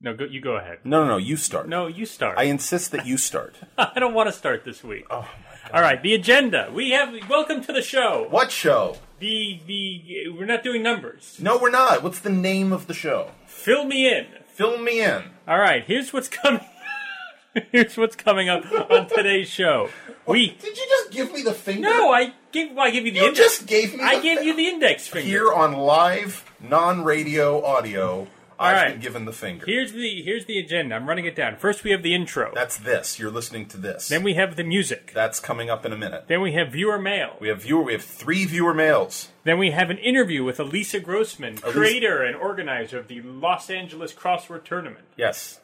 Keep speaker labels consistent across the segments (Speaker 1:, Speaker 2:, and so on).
Speaker 1: No, go, you go ahead.
Speaker 2: No, no, no. You start.
Speaker 1: No, you start.
Speaker 2: I Oh insist that you start.
Speaker 1: I don't want to start this week. All right, the agenda. We have welcome to the show.
Speaker 2: what show?
Speaker 1: The the we're not doing numbers.
Speaker 2: No, we're not. What's the name of the show?
Speaker 1: Fill me in.
Speaker 2: Fill me in.
Speaker 1: All right, here's what's coming. here's what's coming up on today's show. We
Speaker 2: Did you just give me the finger?
Speaker 1: no, I give I give you the
Speaker 2: You
Speaker 1: index.
Speaker 2: just gave me.
Speaker 1: I
Speaker 2: the
Speaker 1: gave
Speaker 2: fi-
Speaker 1: you the index finger.
Speaker 2: here on live non-radio audio. I've
Speaker 1: right.
Speaker 2: been given the finger.
Speaker 1: Here's the here's the agenda. I'm running it down. First, we have the intro.
Speaker 2: That's this. You're listening to this.
Speaker 1: then we have the music.
Speaker 2: That's coming up in a minute.
Speaker 1: Then we have viewer mail.
Speaker 2: We have viewer. We have three viewer mails.
Speaker 1: Then we have an interview with Elisa Grossman, creator and organizer of the Los Angeles Crossword Tournament.
Speaker 2: Yes,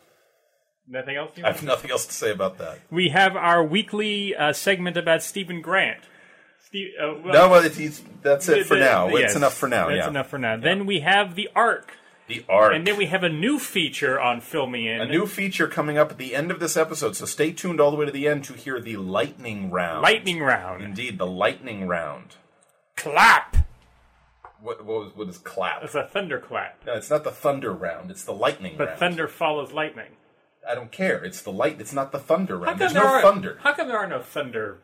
Speaker 1: Nothing else? You
Speaker 2: I
Speaker 1: want?
Speaker 2: have nothing else to say about that.
Speaker 1: We have our weekly uh, segment about Stephen Grant. Ste- uh, well,
Speaker 2: No, well, it's, it's- that's it
Speaker 1: the-
Speaker 2: for
Speaker 1: the-
Speaker 2: now.
Speaker 1: yes,
Speaker 2: It's enough for now.
Speaker 1: That's
Speaker 2: yeah.
Speaker 1: enough for now. Then we have the arc,
Speaker 2: The arc.
Speaker 1: and then we have a new feature on Filmy In.
Speaker 2: a new feature coming up at the end of this episode, so stay tuned all the way to the end to hear the lightning round.
Speaker 1: lightning round.
Speaker 2: Indeed, the lightning round.
Speaker 1: Clap.
Speaker 2: What, what, was, what is clap?
Speaker 1: It's a thunderclap.
Speaker 2: No, it's not the thunder round. It's the lightning
Speaker 1: But
Speaker 2: round.
Speaker 1: thunder follows lightning.
Speaker 2: I don't care. It's the light. It's not the thunder
Speaker 1: How
Speaker 2: round.
Speaker 1: come
Speaker 2: There's
Speaker 1: there
Speaker 2: no
Speaker 1: are,
Speaker 2: thunder.
Speaker 1: How come there are no thunder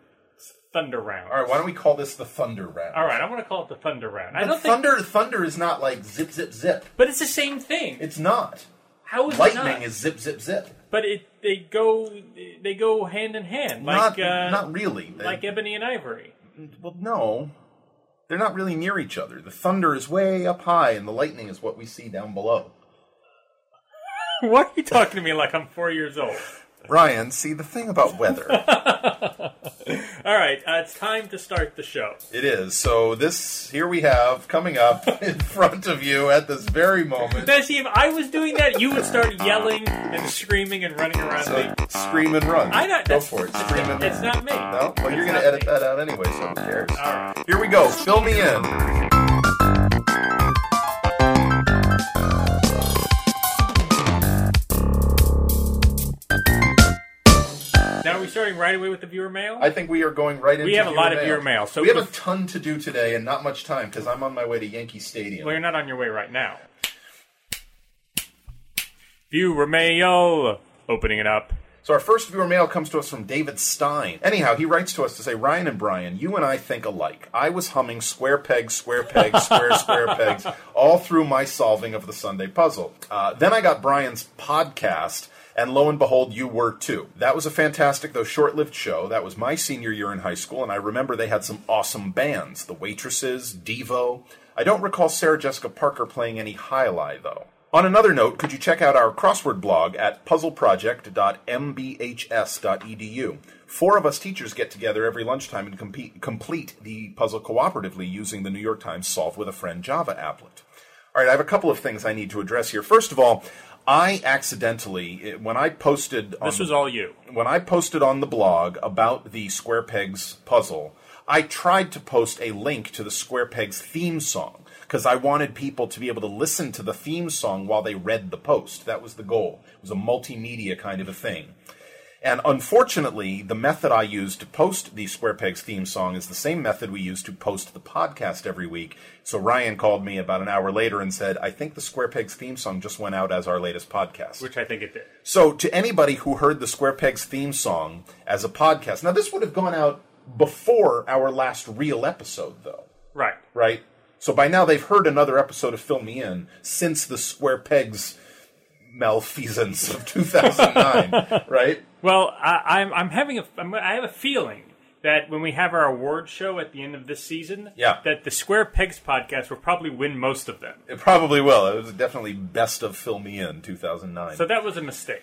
Speaker 1: thunder rounds?
Speaker 2: All right. Why don't we call this the thunder round?
Speaker 1: All right, I want to call it the thunder round. I
Speaker 2: And
Speaker 1: don't think
Speaker 2: thunder, thunder is not like zip, zip, zip.
Speaker 1: But it's the same thing.
Speaker 2: It's not.
Speaker 1: How is it
Speaker 2: Lightning
Speaker 1: not?
Speaker 2: is zip, zip, zip.
Speaker 1: But it they go they go hand in hand, like
Speaker 2: not,
Speaker 1: uh,
Speaker 2: not really. They-
Speaker 1: like ebony and ivory.
Speaker 2: Well, no. They're not really near each other. The thunder is way up high, and the lightning is what we see down below.
Speaker 1: Why are you talking to me like I'm four years old?
Speaker 2: Ryan, see, the thing about weather.
Speaker 1: All right, uh, it's time to start the show.
Speaker 2: it is. So, this here we have coming up in front of you at this very moment.
Speaker 1: Bessie, if I was doing that, you would start yelling and screaming and running around.
Speaker 2: So,
Speaker 1: me.
Speaker 2: scream and run.
Speaker 1: I don't.
Speaker 2: Go
Speaker 1: that's-
Speaker 2: for it.
Speaker 1: it's-
Speaker 2: Scream and
Speaker 1: It's
Speaker 2: run.
Speaker 1: not me.
Speaker 2: No? Well, you're
Speaker 1: It's
Speaker 2: going
Speaker 1: not
Speaker 2: to edit
Speaker 1: me.
Speaker 2: that out anyway, so who cares?
Speaker 1: All right.
Speaker 2: Here we go. Fill me in.
Speaker 1: Now are we starting right away with the viewer mail?
Speaker 2: I think we are going right into
Speaker 1: have a
Speaker 2: viewer
Speaker 1: lot of viewer mail, so
Speaker 2: we have a
Speaker 1: if-
Speaker 2: ton to do today and not much time because I'm on my way to Yankee Stadium.
Speaker 1: well, you're not on your way right now. Viewer mail. Opening it up.
Speaker 2: So our first viewer mail comes to us from David Stein. Anyhow, he writes to us to say, Ryan and Brian, you and I think alike. I was humming square pegs, square pegs, square, square pegs all through my solving of the Sunday puzzle. Uh, then I got Brian's podcast, and lo and behold, you were too. That was a fantastic, though short lived show. That was my senior year in high school, and I remember they had some awesome bands The Waitresses, Devo. I don't recall Sarah Jessica Parker playing any highlight, though. On another note, could you check out our crossword blog at puzzleproject.mbhs.edu? Four of us teachers get together every lunchtime and compete, complete the puzzle cooperatively using the New York Times Solve with a Friend Java applet. All right, I have a couple of things I need to address here. First of all, I accidentally, eh, when I posted on
Speaker 1: This was all you.
Speaker 2: when I posted on the blog about the Square Pegs puzzle, I tried to post a link to the Square Pegs theme song because I wanted people to be able to listen to the theme song while they read the post. That was the goal. It was a multimedia kind of a thing. And unfortunately, the method I use to post the Square Pegs theme song is the same method we use to post the podcast every week. So Ryan called me about an hour later and said, I think the Square Pegs theme song just went out as our latest podcast.
Speaker 1: Which I think it did.
Speaker 2: So, to anybody who heard the Square Pegs theme song as a podcast, now this would have gone out before our last real episode, though,
Speaker 1: Right.
Speaker 2: right? So by now they've heard another episode of Fill Me In since the Square Pegs malfeasance of 2009, right?
Speaker 1: Well, I, I'm I'm having a I'm, I have a feeling that when we have our award show at the end of this season,
Speaker 2: Yeah.
Speaker 1: that the Square Pegs podcast will probably win most of them.
Speaker 2: It probably will. It was definitely best of Fill Me In 2009.
Speaker 1: So
Speaker 2: So,
Speaker 1: that was a mistake.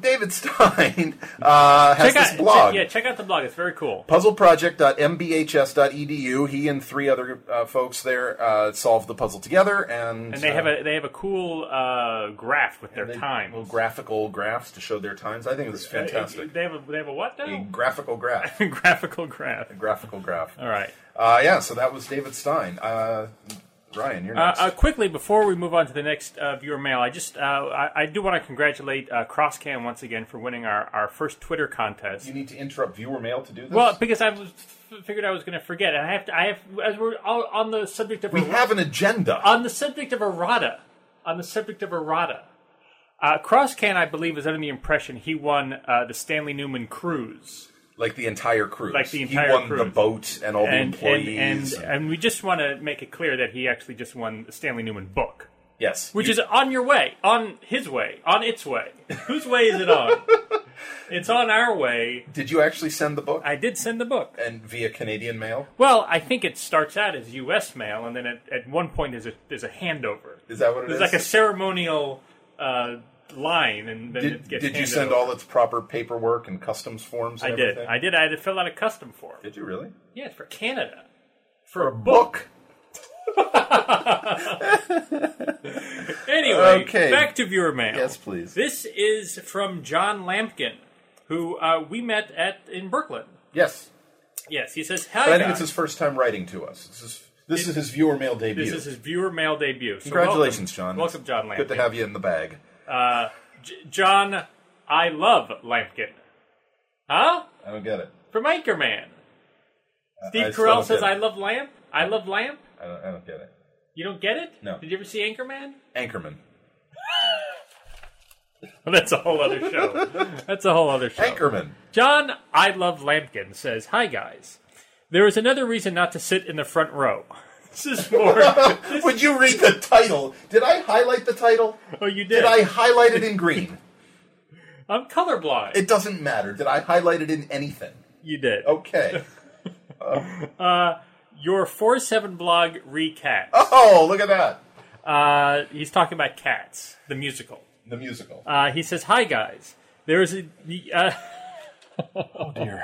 Speaker 2: David Stein uh, has this
Speaker 1: out
Speaker 2: blog.
Speaker 1: yeah, check out the blog. It's very cool.
Speaker 2: Puzzleproject.mbhs.edu. He and three other uh, folks there uh, solved the puzzle together, and
Speaker 1: And they have a they have a cool uh, graph with their
Speaker 2: They-
Speaker 1: time.
Speaker 2: Little graphical graphs to show their times. I think it's fantastic.
Speaker 1: They have a they have a what
Speaker 2: A
Speaker 1: now?
Speaker 2: graphical graph.
Speaker 1: graphical graph.
Speaker 2: graphical graph.
Speaker 1: All right.
Speaker 2: Uh, yeah, so that was David Stein. Uh, Ryan, you're
Speaker 1: Uh,
Speaker 2: next.
Speaker 1: uh, quickly, before we move on to the next uh, viewer mail, I just uh, I, I do want to congratulate uh, CrossCam once again for winning our, our first Twitter contest.
Speaker 2: you need to interrupt viewer mail to do this?
Speaker 1: Well, because I was f- figured I was going to forget, and I have to. I have as we're all on the subject of uh,
Speaker 2: we have an agenda.
Speaker 1: on the subject of errata, on the subject of errata. Uh, Crosscan, I believe, is under the impression he won uh, the Stanley Newman Cruise.
Speaker 2: Like the entire cruise.
Speaker 1: Like the entire
Speaker 2: He won the
Speaker 1: cruise.
Speaker 2: boat and all
Speaker 1: And,
Speaker 2: the
Speaker 1: and,
Speaker 2: employees.
Speaker 1: and,
Speaker 2: and-
Speaker 1: and we just want to make it clear that he actually just won the Stanley Newman book,
Speaker 2: yes.
Speaker 1: which
Speaker 2: You-
Speaker 1: is on your way, on his way, on its way. Whose way is it on? it's on our way.
Speaker 2: Did you actually send the book?
Speaker 1: I did send the book.
Speaker 2: and via Canadian mail?
Speaker 1: Well, I think it starts out as U.S. mail, and then at, at one point there's a there's a handover.
Speaker 2: Is that what it
Speaker 1: There's
Speaker 2: is?
Speaker 1: like a ceremonial uh, line, and then it
Speaker 2: did,
Speaker 1: gets
Speaker 2: did you
Speaker 1: handed
Speaker 2: send
Speaker 1: over.
Speaker 2: all its proper paperwork and customs forms?
Speaker 1: I
Speaker 2: And
Speaker 1: did.
Speaker 2: everything?
Speaker 1: I did. I had to fill out a custom form.
Speaker 2: Did you really?
Speaker 1: Yeah, it's for Canada.
Speaker 2: For a book.
Speaker 1: Anyway,
Speaker 2: Okay.
Speaker 1: back to viewer mail.
Speaker 2: Yes, please.
Speaker 1: This is from John Lampkin, who uh, we met at in Brooklyn.
Speaker 2: Yes.
Speaker 1: Yes, he says, "Hi,
Speaker 2: But I think
Speaker 1: guys."
Speaker 2: it's his first time writing to us. This is this is his viewer mail debut.
Speaker 1: This is his viewer mail debut. So
Speaker 2: Congratulations,
Speaker 1: welcome.
Speaker 2: John.
Speaker 1: Welcome, John Lampkin.
Speaker 2: Good to have you in the bag.
Speaker 1: J- John, I love Lampkin. Huh?
Speaker 2: I don't get it.
Speaker 1: From Anchorman. Steve
Speaker 2: I still
Speaker 1: Carell
Speaker 2: don't
Speaker 1: says,
Speaker 2: get it.
Speaker 1: I love Lamp. I love Lamp.
Speaker 2: I don't, I don't get it.
Speaker 1: You don't get it?
Speaker 2: No.
Speaker 1: Did you ever see Anchorman?
Speaker 2: Anchorman.
Speaker 1: That's a whole other show. That's a whole other show.
Speaker 2: Anchorman.
Speaker 1: John, I love Lampkin, says, Hi, guys. There is another reason not to sit in the front row. This is more. oh,
Speaker 2: Would you read the title? Did I highlight the title?
Speaker 1: Oh, you did.
Speaker 2: Did I highlight it in green?
Speaker 1: I'm colorblind.
Speaker 2: It Oh. doesn't matter. Did I highlight it in anything?
Speaker 1: you did.
Speaker 2: Okay.
Speaker 1: Your 4 7 blog recap.
Speaker 2: Oh, look at that.
Speaker 1: Uh, he's talking about Cats, the musical.
Speaker 2: The musical.
Speaker 1: Uh, he says, "Hi guys. There is a uh,
Speaker 2: Oh dear.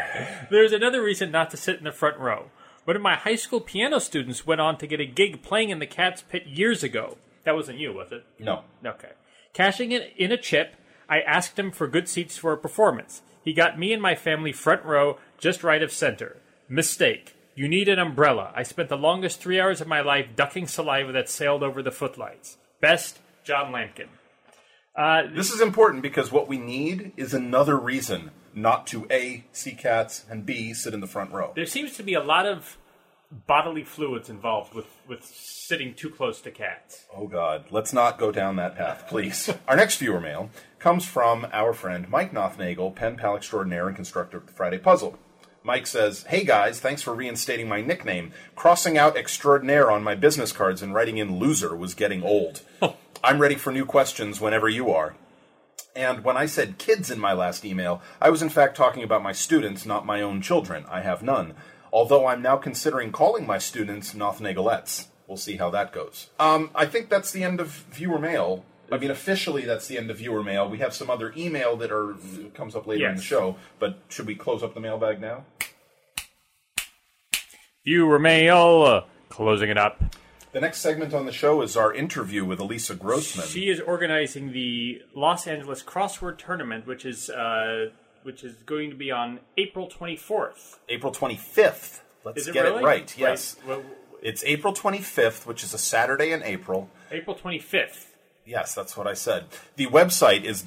Speaker 1: there is another reason not to sit in the front row. One of my high school piano students went on to get a gig playing in the Cat's Pit years ago. That wasn't you, was it?
Speaker 2: No.
Speaker 1: Okay. Cashing in, in a chip, I asked him for good seats for a performance. He got me and my family front row, just right of center. Mistake. You need an umbrella. I spent the longest three hours of my life ducking saliva that sailed over the footlights. Best, John Lampkin. Uh,
Speaker 2: This is important because what we need is another reason not to A, see cats, and B, sit in the front row.
Speaker 1: there seems to be a lot of bodily fluids involved with, with sitting too close to cats.
Speaker 2: Oh God, let's not go down that path, please. our next viewer mail comes from our friend Mike Nothnagel, pen pal extraordinaire and constructor of the Friday Puzzle. Mike says, "Hey guys, thanks for reinstating my nickname. Crossing out extraordinaire on my business cards and writing in loser was getting old. I'm ready for new questions whenever you are." And when I said kids in my last email, I was in fact talking about my students, not my own children. I have none. Although I'm now considering calling my students Nothnagalettes. We'll see how that goes. Um, I think that's the end of viewer mail. I mean, officially, that's the end of viewer mail. We have some other email that are comes up later in the
Speaker 1: Yes.
Speaker 2: show, but should we close up the mailbag now?
Speaker 1: Viewer mail, uh, closing it up.
Speaker 2: The next segment on the show is our interview with Elisa Grossman.
Speaker 1: She is organizing the Los Angeles Crossword Tournament, which is uh, which is going to be on April 24th.
Speaker 2: April 25th. Let's
Speaker 1: Is it
Speaker 2: get
Speaker 1: really?
Speaker 2: it right. Yes.
Speaker 1: Wait, well,
Speaker 2: It's April 25th, which is a Saturday in April.
Speaker 1: April 25th.
Speaker 2: Yes, that's what I said. The website is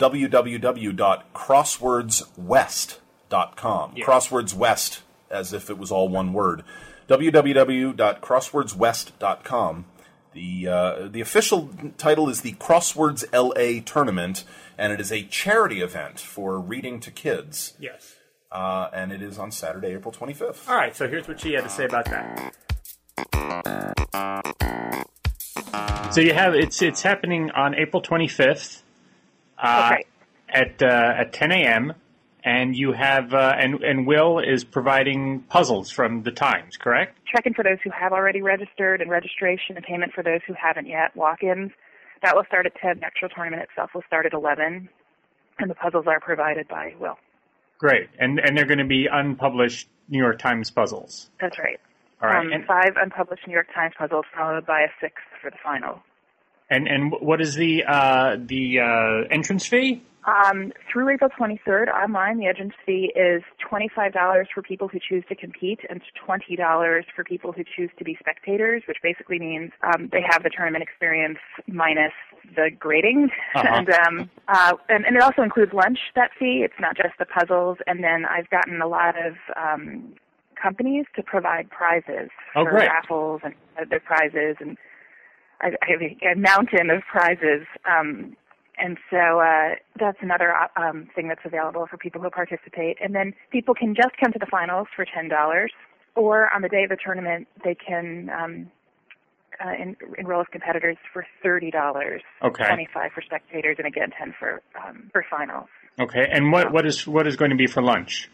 Speaker 2: www.crosswordswest.com. Crosswords West, as if it was all one word. www.crosswordswest.com. The uh, the official title is the Crosswords LA Tournament, and it is a charity event for reading to kids,
Speaker 1: Yes.
Speaker 2: uh, and it is on Saturday, April 25th.
Speaker 1: All right, so here's what she had to say about that. So you have it's it's happening on April 25th uh,
Speaker 3: Okay.
Speaker 1: at uh, at 10 a.m. and you have uh, and and Will is providing puzzles from the Times, correct?
Speaker 3: check in for those who have already registered and registration and payment for those who haven't yet, walk ins. That will start at 10. The actual tournament itself will start at 11. And the puzzles are provided by Will.
Speaker 1: Great, and and they're going to be unpublished New York Times puzzles.
Speaker 3: That's right.
Speaker 1: All right,
Speaker 3: Um,
Speaker 1: and,
Speaker 3: five unpublished New York Times puzzles, followed by a sixth for the final.
Speaker 1: and and what is the uh, the uh, entrance fee?
Speaker 3: Um, through April 23rd, online, the entrance fee is $25 for people who choose to compete and $20 for people who choose to be spectators, which basically means um, they have the tournament experience minus the grading.
Speaker 1: Uh-huh.
Speaker 3: And, um, uh, and, and it also includes lunch, that fee. It's not just the puzzles. And then I've gotten a lot of um, companies to provide prizes
Speaker 1: Oh,
Speaker 3: for
Speaker 1: great.
Speaker 3: raffles and other prizes and I, I have a mountain of prizes um, And so uh, that's another uh, um, thing that's available for people who participate. And then people can just come to the finals for ten dollars, or on the day of the tournament they can um, uh, en- enroll as competitors for thirty dollars,
Speaker 4: Okay.
Speaker 3: twenty-five for spectators, and again ten for um, for finals.
Speaker 4: Okay, and what, what is what is going to be for lunch?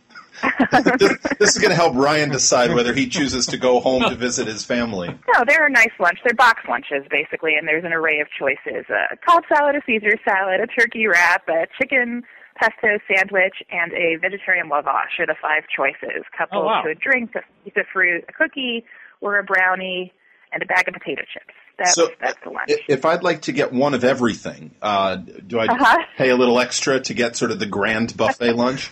Speaker 5: this, this is going to help Ryan decide whether he chooses to go home to visit his family.
Speaker 3: No, they're a nice lunch. They're box lunches basically, and there's an array of choices: a cob salad, a Caesar salad, a turkey wrap, a chicken pesto sandwich, and a vegetarian lavash are the five choices. Coupled
Speaker 1: Oh, wow.
Speaker 3: to a drink, a piece of fruit, a cookie, or a brownie, and a bag of potato chips. That's
Speaker 5: so,
Speaker 3: that's the lunch.
Speaker 5: i- if I'd like to get one of everything, uh, do I
Speaker 3: Uh-huh.
Speaker 5: pay a little extra to get sort of the grand buffet lunch?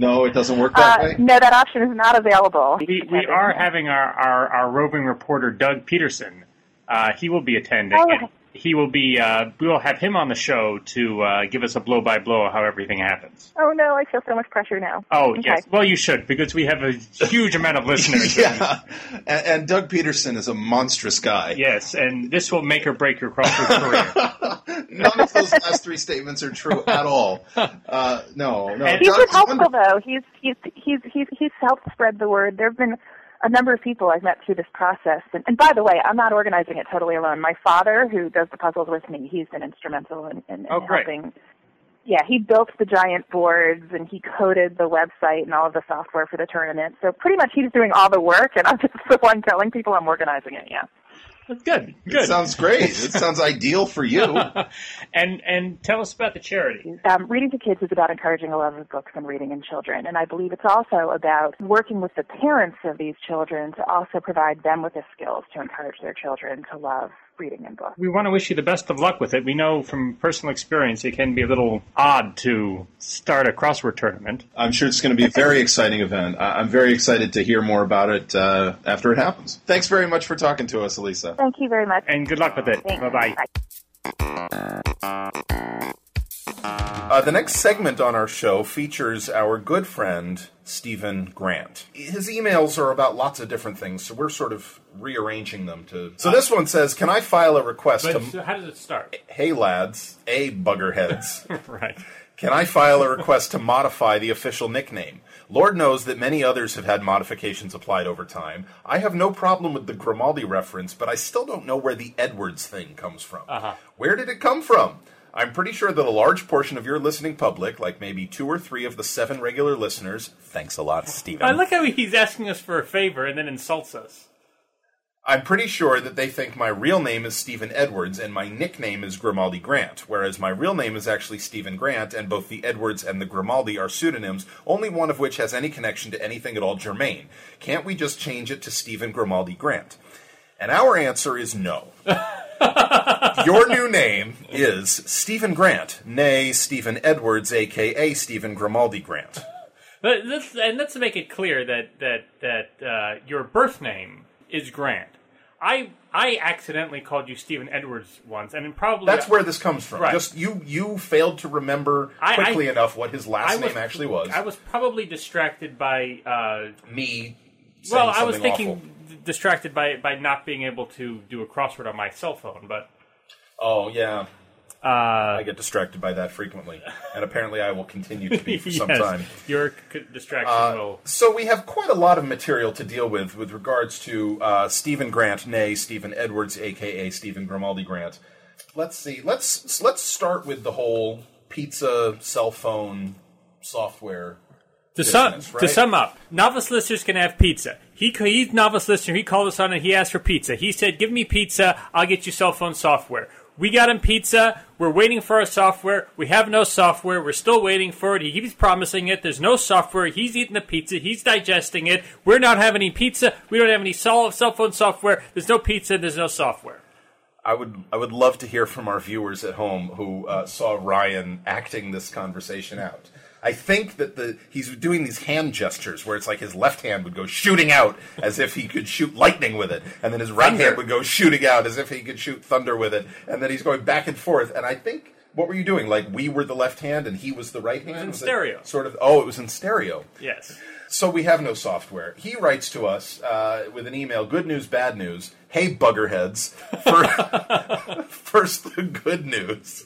Speaker 5: No, it doesn't work that
Speaker 3: uh,
Speaker 5: way.
Speaker 3: no, that option is not available.
Speaker 4: We, we are having our, our, our roving reporter Doug Peterson. Uh, he will be attending.
Speaker 3: Oh,
Speaker 4: and
Speaker 3: okay.
Speaker 4: He will be. Uh, we will have him on the show to uh, give us a blow by blow how everything happens.
Speaker 3: Oh no, I feel so much pressure now.
Speaker 4: Oh
Speaker 3: Okay.
Speaker 4: yes. Well, you should because we have a huge amount of listeners.
Speaker 5: Yeah, and, and Doug Peterson is a monstrous guy.
Speaker 4: Yes, and this will make or break your CrossFit career.
Speaker 5: None of those last three statements are true at all. Uh, no, no.
Speaker 4: And-
Speaker 3: He's
Speaker 5: Doug's
Speaker 3: been helpful
Speaker 5: wonderful.
Speaker 3: though. He's he's he's he's he's helped spread the word. There have been a number of people I've met through this process. And, and by the way, I'm not organizing it totally alone. My father, who does the puzzles with me, he's been instrumental in, in, in
Speaker 4: Oh, great.
Speaker 3: helping. Yeah, he built the giant boards and he coded the website and all of the software for the tournament. So pretty much he's doing all the work, and I'm just the one telling people I'm organizing it. Yeah.
Speaker 4: good,
Speaker 5: It
Speaker 4: good.
Speaker 5: sounds great. It sounds ideal for you.
Speaker 4: And and tell us about the charity.
Speaker 3: um, reading to kids is about encouraging a love of books and reading in children. And I believe it's also about working with the parents of these children to also provide them with the skills to encourage their children to love reading and books.
Speaker 4: We want to wish you the best of luck with it. We know from personal experience it can be a little odd to start a crossword tournament.
Speaker 5: I'm sure it's going to be a very exciting event. I- I'm very excited to hear more about it uh, after it happens. Thanks very much for talking to us, Elisa.
Speaker 3: Thank you very much.
Speaker 4: And good luck with it.
Speaker 3: Thanks.
Speaker 4: Bye bye.
Speaker 2: Uh, the next segment on our show features our good friend, Stephen Grant. His emails are about lots of different things, so we're sort of rearranging them to. So this one says Can I file a request
Speaker 1: But uh,
Speaker 2: to.
Speaker 1: so how does it start?
Speaker 2: Hey lads, a buggerheads.
Speaker 1: Right.
Speaker 2: Can I file a request to modify the official nickname? Lord knows that many others have had modifications applied over time. I have no problem with the Grimaldi reference, but I still don't know where the Edwards thing comes from. Where did it come from? I'm pretty sure that a large portion of your listening public, like maybe two or three of the seven regular listeners, thanks a lot, Steven.
Speaker 1: I like how he's asking us for a favor and then insults us.
Speaker 2: I'm pretty sure that they think my real name is Stephen Edwards and my nickname is Grimaldi Grant, whereas my real name is actually Stephen Grant, and both the Edwards and the Grimaldi are pseudonyms, only one of which has any connection to anything at all germane. Can't we just change it to Stephen Grimaldi Grant? And our answer is no. Your new name is Stephen Grant, nay, Stephen Edwards, aka Stephen Grimaldi Grant.
Speaker 1: But let's, and let's make it clear that that that uh, your birth name is Grant. I I accidentally called you Stephen Edwards once, and probably
Speaker 2: That's where this comes from.
Speaker 1: Right.
Speaker 2: Just you you failed to remember
Speaker 1: I-
Speaker 2: quickly
Speaker 1: I-
Speaker 2: enough what his last
Speaker 1: I
Speaker 2: name actually was.
Speaker 1: I was probably distracted by. Uh,
Speaker 2: me. saying
Speaker 1: well, I was
Speaker 2: something
Speaker 1: thinking d- distracted by by not being able to do a crossword on my cell phone, but.
Speaker 2: awful. Oh yeah.
Speaker 1: uh,
Speaker 2: I get distracted by that frequently, and apparently I will continue to be for some
Speaker 1: Yes,
Speaker 2: time. Uh,
Speaker 1: Your c- distraction will.
Speaker 2: So we have quite a lot of material to deal with with regards to uh, Stephen Grant, nay Stephen Edwards, aka Stephen Grimaldi Grant. Let's see. Let's let's start with the whole pizza cell phone software.
Speaker 1: To sum,
Speaker 2: business,
Speaker 1: to
Speaker 2: right?
Speaker 1: sum up, novice listeners can have pizza. He c- he's novice listener. He called us on and he asked for pizza. He said, "Give me pizza. I'll get you cell phone software." We got him pizza. We're waiting for our software. We have no software. We're still waiting for it. He keeps promising it. There's no software. He's eating the pizza. He's digesting it. We're not having any pizza. We don't have any cell cell phone software. There's no pizza. There's no software.
Speaker 2: I would I would love to hear from our viewers at home who uh, saw Ryan acting this conversation out. I think that the he's doing these hand gestures where it's like his left hand would go shooting out as if he could shoot lightning with it, and then his right hand would go shooting out as if he could shoot thunder with it, and then he's going back and forth. And I think What were you doing? Like we were the left hand and he was the right hand.
Speaker 1: in
Speaker 2: Was it
Speaker 1: stereo.
Speaker 2: Sort of. Oh, it was in stereo.
Speaker 1: Yes.
Speaker 2: So we have no software. He writes to us uh, with an email: "Good news, bad news. Hey, buggerheads! For, first, the good news.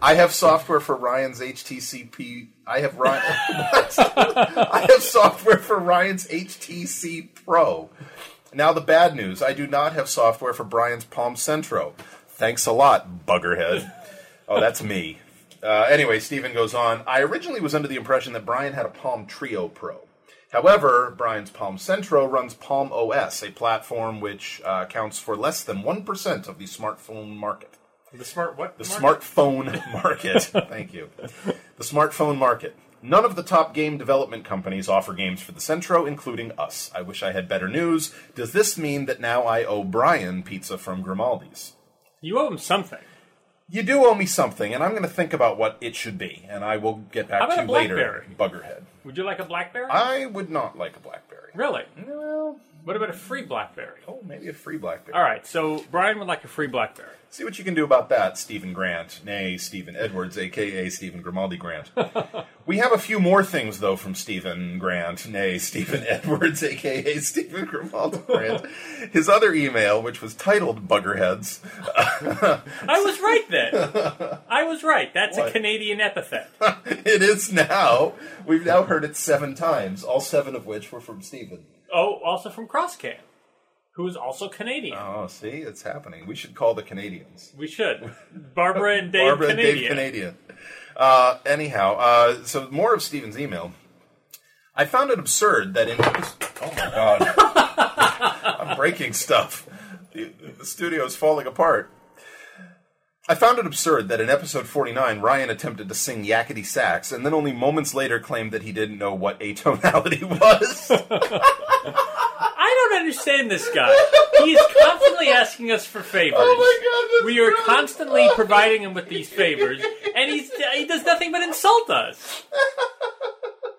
Speaker 2: I have software for Ryan's HTCP. I have Ryan. I have software for Ryan's HTC Pro. Now the bad news: I do not have software for Brian's Palm Centro. Thanks a lot, buggerhead. Oh, that's me. Uh, anyway, Steven goes on. I originally was under the impression that Brian had a Palm Trio Pro. However, Brian's Palm Centro runs Palm OS, a platform which uh, accounts for less than 1% of the smartphone market.
Speaker 1: The smart what?
Speaker 2: The smartphone market. Thank you. The smartphone market. None of the top game development companies offer games for the Centro, including us. I wish I had better news. Does this mean that now I owe Brian pizza from Grimaldi's?
Speaker 1: You owe him something.
Speaker 2: You do owe me something, and I'm going to think about what it should be, and I will get back
Speaker 1: How about
Speaker 2: to
Speaker 1: a
Speaker 2: you later,
Speaker 1: Blackberry?
Speaker 2: Buggerhead.
Speaker 1: Would you like a BlackBerry?
Speaker 2: I would not like a Blackberry.
Speaker 1: really?
Speaker 2: Well,
Speaker 1: What about a free BlackBerry?
Speaker 2: oh, maybe a free Blackberry.
Speaker 1: All right. So Brian would like a free BlackBerry.
Speaker 2: See what you can do about that, Stephen Grant, nay, Stephen Edwards, aka Stephen Grimaldi Grant. we have a few more things, though, from Stephen Grant, nay, Stephen Edwards, aka Stephen Grimaldi Grant. His other email, which was titled Buggerheads,
Speaker 1: I was right then. I was right. That's
Speaker 2: What?
Speaker 1: a Canadian epithet.
Speaker 2: it is now. We've now heard it seven times, all seven of which were from Stephen.
Speaker 1: Oh, also from Crosscan, who is also Canadian.
Speaker 2: Oh, see, it's happening. We should call the Canadians.
Speaker 1: We should. Barbara and Dave
Speaker 2: Barbara
Speaker 1: Canadian.
Speaker 2: and Dave Canadian. Uh, anyhow, uh, so more of Steven's email. I found it absurd that in. Oh my god. I'm breaking stuff. The, the studio is falling apart. I found it absurd that in episode 49, Ryan attempted to sing Yakety Sax and then only moments later claimed that he didn't know what atonality was.
Speaker 1: I don't understand this guy. He is constantly asking us for favors.
Speaker 2: Oh my God, that's
Speaker 1: we are
Speaker 2: brilliant.
Speaker 1: constantly providing him with these favors, and he's, he does nothing but insult us.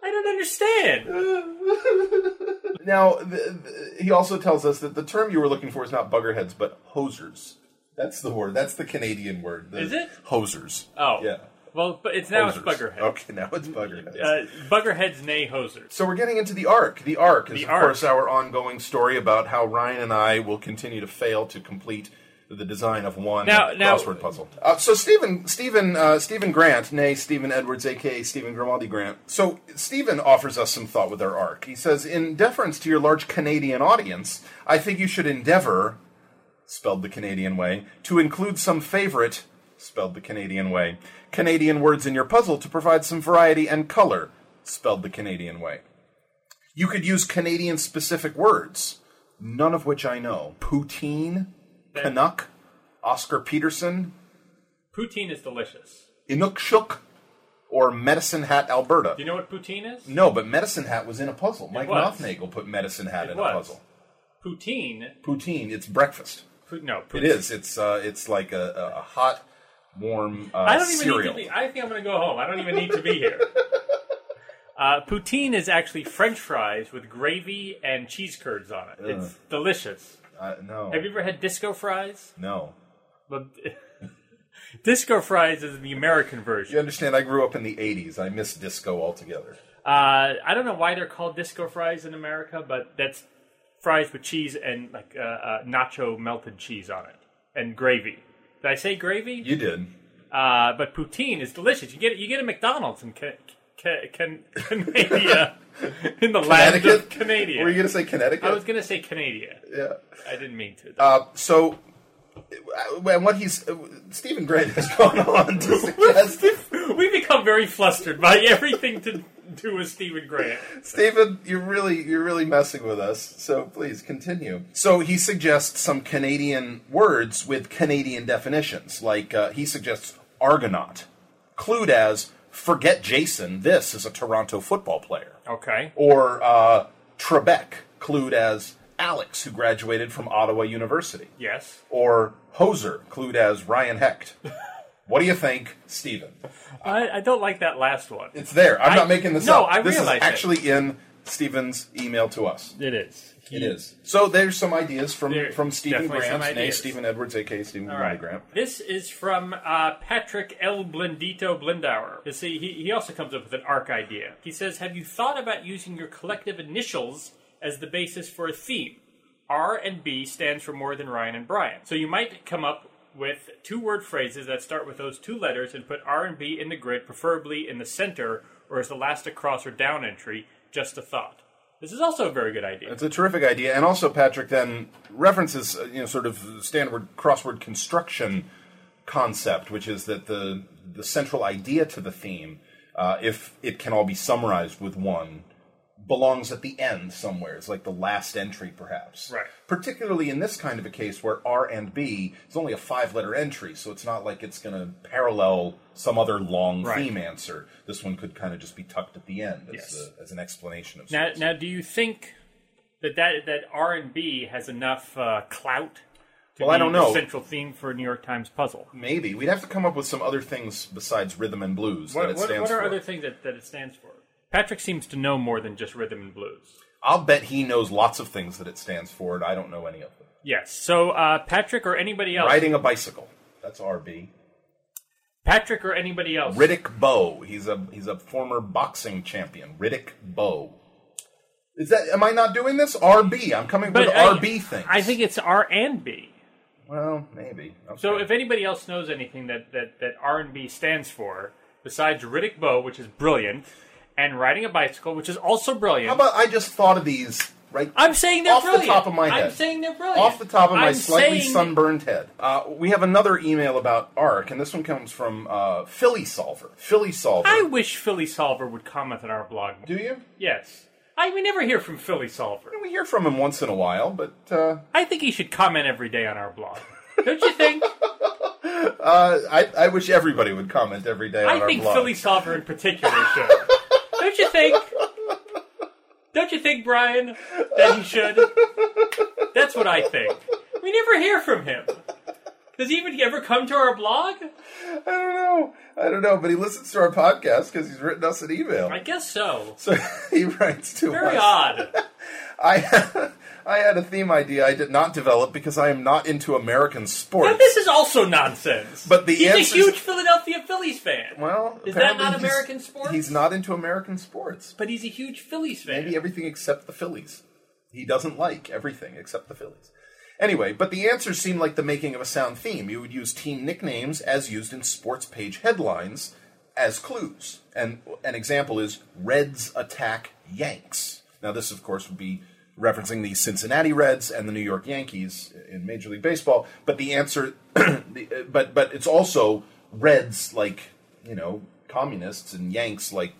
Speaker 1: I don't understand.
Speaker 2: Now, th th he also tells us that the term you were looking for is not buggerheads, but hosers. That's the word. That's the Canadian word. The
Speaker 1: Is it?
Speaker 2: Hosers.
Speaker 1: Oh,
Speaker 2: Yeah.
Speaker 1: Well, but it's now
Speaker 2: Hosers. Oh.
Speaker 1: it's buggerhead.
Speaker 2: Okay, now it's buggerhead.
Speaker 1: Uh, buggerheads, nay, hosers.
Speaker 2: So we're getting into the arc. The arc is,
Speaker 1: The
Speaker 2: of
Speaker 1: arc.
Speaker 2: course, our ongoing story about how Ryan and I will continue to fail to complete the design of one
Speaker 1: Now- now-
Speaker 2: crossword puzzle. Uh, so Stephen, Stephen, uh, Stephen Grant, nay Stephen Edwards, aka Stephen Grimaldi Grant. So Stephen offers us some thought with our arc. He says, in deference to your large Canadian audience, I think you should endeavor, spelled the Canadian way, to include some favorite, spelled the Canadian way, Canadian words in your puzzle to provide some variety and color, spelled the Canadian way. You could use Canadian specific words, none of which I know. Poutine, Canuck, Oscar Peterson,
Speaker 1: Poutine is delicious.
Speaker 2: Inukshuk, or Medicine Hat Alberta.
Speaker 1: Do you know what poutine is?
Speaker 2: No, but Medicine Hat was in a puzzle. Mike
Speaker 1: was.
Speaker 2: Nothnagel put Medicine Hat
Speaker 1: It
Speaker 2: in
Speaker 1: was.
Speaker 2: a puzzle.
Speaker 1: Poutine.
Speaker 2: Poutine, it's breakfast.
Speaker 1: Pu- no, poutine.
Speaker 2: It is. It's uh, it's like a, a- a hot, warm uh,
Speaker 1: I don't even
Speaker 2: cereal.
Speaker 1: need to be. I think I'm going to go home. I don't even need to be here. Uh, poutine is actually French fries with gravy and cheese curds on it. It's delicious.
Speaker 2: uh, no,
Speaker 1: Have you ever had disco fries?
Speaker 2: no.
Speaker 1: Well, disco fries is the American
Speaker 2: You
Speaker 1: version.
Speaker 2: understand? I grew up in the '80s. I miss disco altogether.
Speaker 1: Uh, I don't know why they're called disco fries in America, but that's fries with cheese and like uh, uh, nacho melted cheese on it and gravy. Did I say gravy?
Speaker 2: You did.
Speaker 1: Uh, but poutine is delicious. You get you get a McDonald's in Ca- Ca- Can- Canada, in the land of
Speaker 2: Connecticut.
Speaker 1: Canada.
Speaker 2: Were you going to say Connecticut?
Speaker 1: I was gonna say Canada.
Speaker 2: yeah.
Speaker 1: I didn't mean to.
Speaker 2: Uh, so, uh, and what he's uh, Stephen Grant has gone on to suggest.
Speaker 1: we become very flustered by everything to do with Stephen Grant.
Speaker 2: Stephen, you're really you're really messing with us. So please continue. So he suggests some Canadian words with Canadian definitions, like uh, he suggests argonaut, clued as "forget Jason." This is a Toronto football player,
Speaker 1: Okay.
Speaker 2: or uh, Trebek, clued as Alex, who graduated from Ottawa University.
Speaker 1: Yes.
Speaker 2: or Hoser, clued as Ryan Hecht. what do you think, Steven?
Speaker 1: I, I don't like that last one.
Speaker 2: It's there. I'm
Speaker 1: I-
Speaker 2: not making this
Speaker 1: no,
Speaker 2: up.
Speaker 1: I
Speaker 2: this
Speaker 1: realize
Speaker 2: is
Speaker 1: it.
Speaker 2: actually in Stephen's email to us.
Speaker 1: It is.
Speaker 2: It is. So there's some ideas from
Speaker 1: There-
Speaker 2: from Stephen
Speaker 1: definitely some
Speaker 2: Grant, nay
Speaker 1: ideas.
Speaker 2: Stephen Edwards, aka Stephen
Speaker 1: All right.
Speaker 2: Grant.
Speaker 1: This is from uh, Patrick L. Blendito Blindauer. You see, he, he also comes up with an arc idea. He says, Have you thought about using your collective initials as the basis for a theme? R and B stands for more than Ryan and Brian. So you might come up with two word phrases that start with those two letters and put R and B in the grid, preferably in the center or as the last across or down entry. Just a thought. This is also a very good idea.
Speaker 2: It's a terrific idea, and also Patrick then references uh, you know sort of standard crossword construction concept, which is that the the central idea to the theme, uh, if it can all be summarized with one, belongs at the end somewhere. It's like the last entry, perhaps.
Speaker 1: Right.
Speaker 2: Particularly in this kind of a case where R and B is only a five letter entry, so it's not like it's going to parallel some other long
Speaker 1: Right.
Speaker 2: theme answer. This one could kind of just be tucked at the end as,
Speaker 1: Yes.
Speaker 2: a, as an explanation of
Speaker 1: Now,
Speaker 2: sorts.
Speaker 1: now, do you think that that, that R and B has enough uh, clout to
Speaker 2: Well, I
Speaker 1: be
Speaker 2: don't
Speaker 1: the
Speaker 2: know.
Speaker 1: central theme for a New York Times puzzle?
Speaker 2: Maybe we'd have to come up with some other things besides rhythm and blues that
Speaker 1: What,
Speaker 2: it
Speaker 1: what,
Speaker 2: stands
Speaker 1: what are
Speaker 2: for.
Speaker 1: other things that, that it stands for? Patrick seems to know more than just rhythm and blues.
Speaker 2: I'll bet he knows lots of things that it stands for, and I don't know any of them.
Speaker 1: Yes. So uh, Patrick or anybody else,
Speaker 2: Riding a bicycle. That's RB.
Speaker 1: Patrick or anybody else,
Speaker 2: Riddick Bowe. He's a he's a former boxing champion. Riddick Bowe. Is that? Am I not doing this? RB. I'm coming
Speaker 1: but
Speaker 2: with
Speaker 1: I-
Speaker 2: RB things.
Speaker 1: I think it's R and B.
Speaker 2: Well, maybe. Okay.
Speaker 1: So if anybody else knows anything that that, that R and B stands for, besides Riddick Bowe, which is brilliant, and riding a bicycle, which is also brilliant.
Speaker 2: how about I just thought of these right?
Speaker 1: I'm saying they're
Speaker 2: off
Speaker 1: brilliant.
Speaker 2: the top of my head.
Speaker 1: I'm saying they're brilliant.
Speaker 2: off the top of my
Speaker 1: I'm
Speaker 2: slightly
Speaker 1: saying-
Speaker 2: sunburned head. Uh, we have another email about ARC, and this one comes from uh, Philly Solver. Philly Solver.
Speaker 1: I wish Philly Solver would comment on our blog.
Speaker 2: Do you?
Speaker 1: Yes. I we never hear from Philly Solver.
Speaker 2: We hear from him once in a while, but uh,
Speaker 1: I think he should comment every day on our blog. Don't you think?
Speaker 2: I, I wish everybody would comment every day on
Speaker 1: I
Speaker 2: our
Speaker 1: think
Speaker 2: blog.
Speaker 1: Philly Solver in particular should. Don't you think? Don't you think, Brian, that he should? That's what I think. We never hear from him. Does he even ever come to our blog?
Speaker 2: I don't know. I don't know, but he listens to our podcast because he's written us an email.
Speaker 1: I guess so.
Speaker 2: so he writes to
Speaker 1: Very
Speaker 2: us.
Speaker 1: odd.
Speaker 2: I I had a theme idea I did not develop because I am not into American sports.
Speaker 1: But this is also nonsense.
Speaker 2: But the
Speaker 1: he's
Speaker 2: answer's-
Speaker 1: a huge Philadelphia Phillies fan.
Speaker 2: well,
Speaker 1: is that
Speaker 2: apparently
Speaker 1: not
Speaker 2: he's-
Speaker 1: American sports?
Speaker 2: He's not into American sports.
Speaker 1: But he's a huge Phillies fan.
Speaker 2: Maybe everything except the Phillies. He doesn't like everything except the Phillies. Anyway, but the answers seem like the making of a sound theme. You would use team nicknames as used in sports page headlines as clues. And an example is Reds attack Yanks. Now, this, of course, would be referencing the Cincinnati Reds and the New York Yankees in Major League Baseball. But the answer, the, uh, but but it's also Reds like you know communists and Yanks like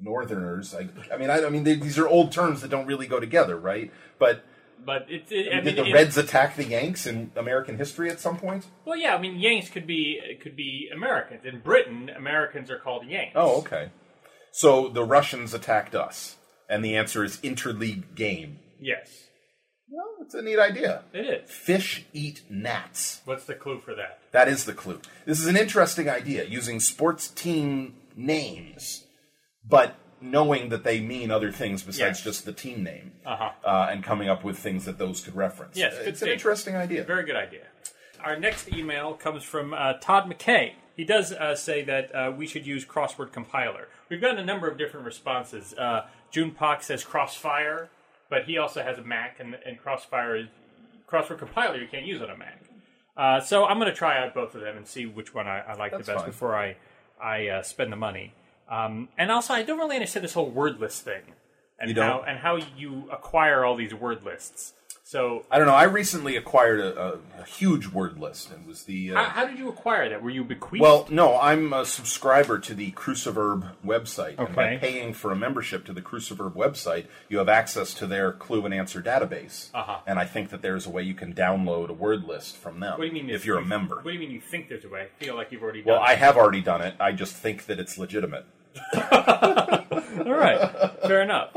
Speaker 2: Northerners. I, I mean, I, I mean, they, these are old terms that don't really go together, right? But
Speaker 1: But it, it, I mean,
Speaker 2: did the
Speaker 1: it-
Speaker 2: Reds attack the Yanks in American history at some point?
Speaker 1: Well, yeah. I mean, Yanks could be could be Americans. In Britain, Americans are called Yanks.
Speaker 2: Oh, okay. So the Russians attacked us, and the answer is interleague game.
Speaker 1: yes,
Speaker 2: Well, it's a neat idea.
Speaker 1: it is.
Speaker 2: Fish eat gnats.
Speaker 1: What's the clue for that?
Speaker 2: That is the clue. This is an interesting idea using sports team names, but knowing that they mean other things besides
Speaker 1: Yes.
Speaker 2: just the team name,
Speaker 1: Uh-huh.
Speaker 2: uh, and coming up with things that those could reference.
Speaker 1: Yes, good
Speaker 2: it's an
Speaker 1: thing.
Speaker 2: interesting idea.
Speaker 1: Very good idea. Our next email comes from uh, Todd McKay. He does uh, say that uh, we should use Crossword Compiler. We've gotten a number of different responses. Uh, June Pock says Crossfire, but he also has a Mac, and, and Crossfire is Crossword Compiler you can't use on a Mac. Uh, so I'm going to try out both of them and see which one I, I like
Speaker 2: That's
Speaker 1: the best
Speaker 2: fine.
Speaker 1: before I I uh, spend the money. Um, and also, I don't really understand this whole word list thing and
Speaker 2: You don't?
Speaker 1: how and how you acquire all these word lists. So
Speaker 2: I don't know. I recently acquired a, a, a huge word list. It was the uh,
Speaker 1: How, how did you acquire that? Were you bequeathed?
Speaker 2: well, no, I'm a subscriber to the Cruciverb website. And by
Speaker 1: Okay.
Speaker 2: paying for a membership to the Cruciverb website, you have access to their clue and answer database.
Speaker 1: Uh-huh.
Speaker 2: And I think that there's a way you can download a word list from them.
Speaker 1: what do you mean?
Speaker 2: If you're a
Speaker 1: you-
Speaker 2: member,
Speaker 1: what do you mean you think there's a way? I feel like you've already.
Speaker 2: well,
Speaker 1: done
Speaker 2: I have already done it. I just think that it's legitimate.
Speaker 1: it. All right, fair enough.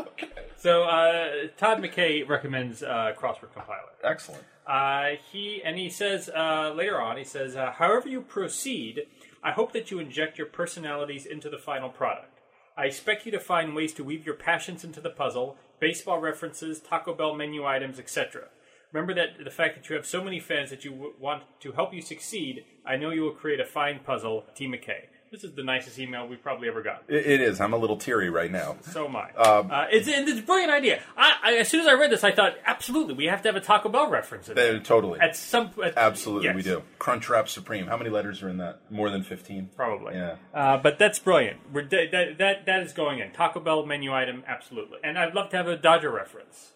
Speaker 1: So uh, Todd McKay recommends uh, Crossword Compiler.
Speaker 2: Excellent.
Speaker 1: Uh, he and he says uh, later on. He says, uh, "However you proceed, I hope that you inject your personalities into the final product. I expect you to find ways to weave your passions into the puzzle, baseball references, Taco Bell menu items, etc. Remember that the fact that you have so many fans that you w- want to help you succeed, I know you will create a fine puzzle, T. McKay. This is the nicest email we've probably ever gotten.
Speaker 2: It, it is. I'm a little teary right now.
Speaker 1: So am I.
Speaker 2: um,
Speaker 1: uh, it's, and it's a brilliant idea. I, I, as soon as I read this, I thought, absolutely, we have to have a Taco Bell reference in
Speaker 2: Uh,
Speaker 1: there.
Speaker 2: totally.
Speaker 1: At some at,
Speaker 2: Absolutely, we
Speaker 1: yes,
Speaker 2: do. Crunchwrap Supreme. How many letters are in that? More than 15?
Speaker 1: Probably.
Speaker 2: Yeah.
Speaker 1: Uh, but that's brilliant. We're, that, that- that, that is going in. Taco Bell menu item, absolutely. And I'd love to have a Dodger reference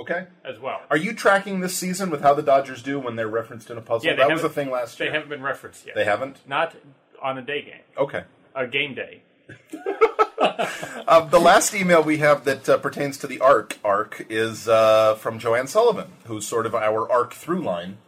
Speaker 2: Okay.
Speaker 1: as well.
Speaker 2: Are you tracking this season with how the Dodgers do when they're referenced in a puzzle?
Speaker 1: Yeah, they
Speaker 2: that was the
Speaker 1: haven't-
Speaker 2: thing last
Speaker 1: they
Speaker 2: year.
Speaker 1: haven't been referenced yet.
Speaker 2: They haven't?
Speaker 1: Not on a day game,
Speaker 2: Okay.
Speaker 1: a game day.
Speaker 2: Uh, the last email we have that uh, pertains to the arc arc is uh, from Joanne Sullivan, who's sort of our arc through line.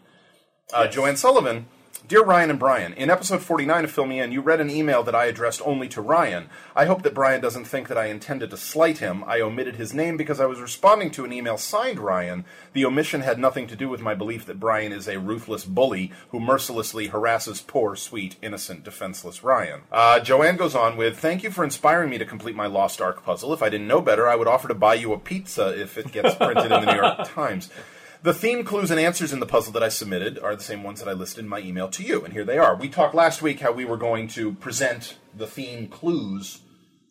Speaker 2: Uh, Joanne Sullivan, dear Ryan and Brian, in episode 49 of Fill Me In, you read an email that I addressed only to Ryan. I hope that Brian doesn't think that I intended to slight him. I omitted his name because I was responding to an email signed Ryan. The omission had nothing to do with my belief that Brian is a ruthless bully who mercilessly harasses poor, sweet, innocent, defenseless Ryan. Uh, Joanne goes on with, Thank you for inspiring me to complete my Lost Ark puzzle. If I didn't know better, I would offer to buy you a pizza if it gets printed in the New York Times. The theme clues and answers in the puzzle that I submitted are the same ones that I listed in my email to you, and here they are. We talked last week how we were going to present the theme clues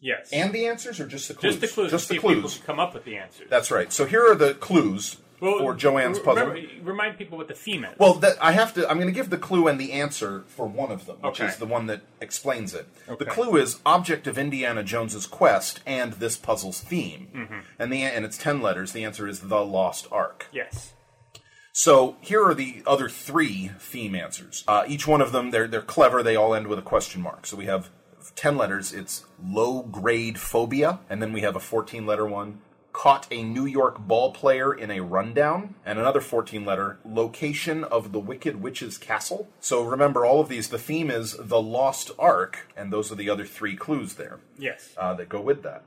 Speaker 1: Yes.
Speaker 2: and the answers, or just the
Speaker 1: just
Speaker 2: clues?
Speaker 1: the clues.
Speaker 2: Just
Speaker 1: to
Speaker 2: the
Speaker 1: see if people
Speaker 2: clues.
Speaker 1: can come up with the answers.
Speaker 2: That's right. So here are the clues
Speaker 1: Well,
Speaker 2: for Joanne's
Speaker 1: re-
Speaker 2: puzzle.
Speaker 1: remember- remind people what the theme is.
Speaker 2: Well, that, I have to. I'm going to give the clue and the answer for one of them, which
Speaker 1: Okay.
Speaker 2: is the one that explains it. The
Speaker 1: Okay.
Speaker 2: clue is object of Indiana Jones's quest and this puzzle's theme,
Speaker 1: Mm-hmm.
Speaker 2: and the and it's ten letters. The answer is the Lost Ark.
Speaker 1: yes.
Speaker 2: So here are the other three theme answers. Uh, each one of them, they're they're clever. They all end with a question mark. So we have ten letters. It's low grade phobia, and then we have a fourteen letter one. Caught a New York ball player in a rundown, and another 14 letter location of the Wicked Witch's castle. So remember, all of these, the theme is the Lost Ark, and those are the other three clues there
Speaker 1: Yes.
Speaker 2: uh, that go with that.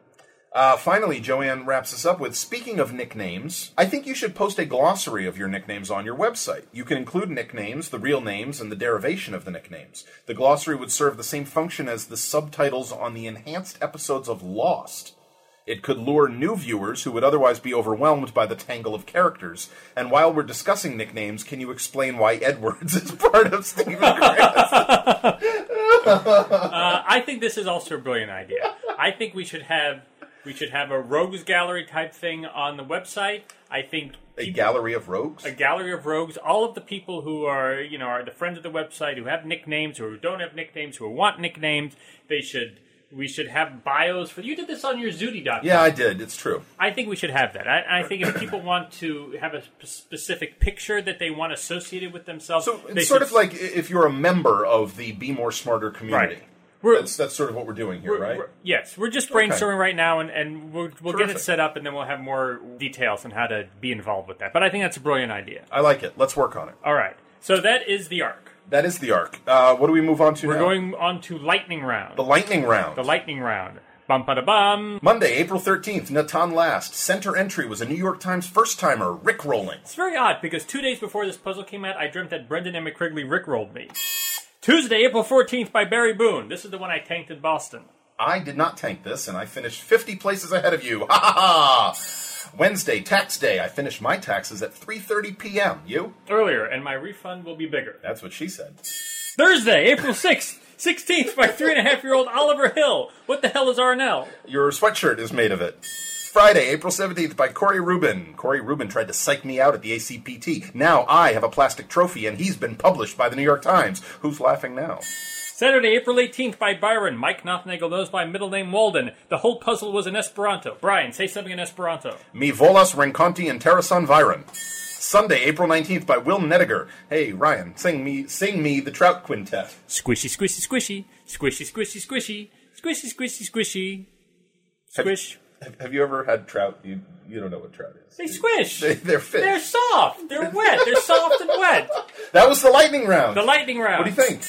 Speaker 2: Uh, finally, Joanne wraps us up with Speaking of nicknames, I think you should post a glossary of your nicknames on your website. You can include nicknames, the real names, and the derivation of the nicknames. The glossary would serve the same function as the subtitles on the enhanced episodes of Lost. It could lure new viewers who would otherwise be overwhelmed by the tangle of characters. And while we're discussing nicknames, can you explain why Edwards is part of Stephen Grant's?
Speaker 1: Uh, I think this is also a brilliant idea. I think we should have we should have a rogues gallery type thing on the website. I think
Speaker 2: a
Speaker 1: people-
Speaker 2: gallery of rogues?
Speaker 1: a gallery of rogues, all of the people who are you know are the friends of the website who have nicknames, who don't have nicknames, who want nicknames. They should we should have bios for you did this on your Zooty doc.
Speaker 2: yeah, I did. It's true.
Speaker 1: I think we should have that. I, I think if people want to have a sp- specific picture that they want associated with themselves,
Speaker 2: So
Speaker 1: they
Speaker 2: it's sort
Speaker 1: should-
Speaker 2: of like i- if you're a member of the Be More Smarter community.
Speaker 1: Right. We're-
Speaker 2: that's that's sort of what we're doing here, right?
Speaker 1: We're- yes, we're just brainstorming right now, and, and we'll, we'll get
Speaker 2: Terrific.
Speaker 1: it set up, and then we'll have more details on how to be involved with that. But I think that's a brilliant idea.
Speaker 2: I like it. Let's work on it.
Speaker 1: All right, so that is the arc.
Speaker 2: That is the arc. Uh, what do we move on to
Speaker 1: We're
Speaker 2: now?
Speaker 1: going on to lightning round.
Speaker 2: the lightning round.
Speaker 1: The lightning round. Bum da bum.
Speaker 2: Monday, April 13th, Natan Last. Center entry was a New York Times first timer, Rick Rolling.
Speaker 1: It's very odd because two days before this puzzle came out, I dreamt that Brendan and McCrigley rickrolled me. Tuesday, April 14th by Barry Boone. This is the one I tanked in Boston.
Speaker 2: I did not tank this, and I finished 50 places ahead of you. Ha ha ha! Wednesday, tax day. I finished my taxes at 3.30 p.m. You?
Speaker 1: Earlier, and my refund will be bigger.
Speaker 2: That's what she said.
Speaker 1: Thursday, April 6th, 16th by three and a half year old Oliver Hill. What the hell is RNL?
Speaker 2: Your sweatshirt is made of it. Friday, April 17th by Corey Rubin. Corey Rubin tried to psych me out at the ACPT. Now I have a plastic trophy and he's been published by the New York Times. Who's laughing now?
Speaker 1: Saturday, April 18th by Byron. Mike Knopfnagel knows by middle name Walden. The whole puzzle was in Esperanto. Brian, say something in Esperanto.
Speaker 2: Mi volas renconti in terrasan viren. Sunday, April 19th by Will Nediger. Hey, Ryan, sing me sing me the Trout Quintet.
Speaker 1: Squishy, squishy, squishy. Squishy, squishy, squishy. Squishy, squishy, squishy.
Speaker 2: Have-
Speaker 1: Squish.
Speaker 2: Have, have you ever had trout? You, you don't know what trout is.
Speaker 1: They squish.
Speaker 2: They, they're fish.
Speaker 1: They're soft. They're wet. They're soft and wet.
Speaker 2: that was the lightning round.
Speaker 1: The lightning round.
Speaker 2: what do you think?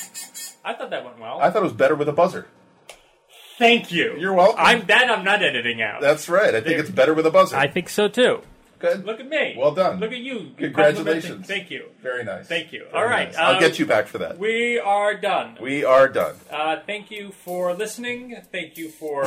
Speaker 1: I thought that went well.
Speaker 2: I thought it was better with a buzzer.
Speaker 1: Thank you.
Speaker 2: You're welcome.
Speaker 1: I'm that I'm not editing out.
Speaker 2: That's right. I think it's better with a buzzer.
Speaker 1: I think so too.
Speaker 2: Good.
Speaker 1: Look at me.
Speaker 2: Well done.
Speaker 1: Look at you.
Speaker 2: Congratulations.
Speaker 1: Thank you.
Speaker 2: Very nice.
Speaker 1: Thank you.
Speaker 2: Very
Speaker 1: All right,
Speaker 2: nice. I'll
Speaker 1: um, Uh,
Speaker 2: get you back for that. We,
Speaker 1: We are done.
Speaker 2: are done.
Speaker 1: Uh, thank you for listening. Thank you for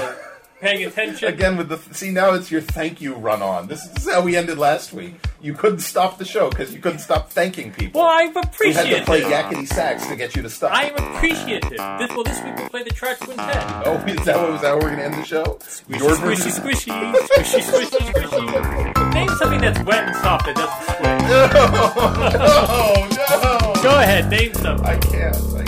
Speaker 1: paying attention.
Speaker 2: Again, with the see now it's your thank you run on. This, this is how we ended last week. You couldn't stop the show because you couldn't stop thanking people.
Speaker 1: Well, I'm
Speaker 2: you had to play
Speaker 1: appreciative.
Speaker 2: yakety sax to get you to stop.
Speaker 1: I'm appreciative. This, well, this week we play the track quintet.
Speaker 2: oh, is that what was that? How we're gonna end the show? Your version-
Speaker 1: Squishy, squishy, squishy, squishy, squishy. Name something that's wet and soft that doesn't squish.
Speaker 2: No, no,
Speaker 1: Go ahead, name something.
Speaker 2: Oh, I can't. I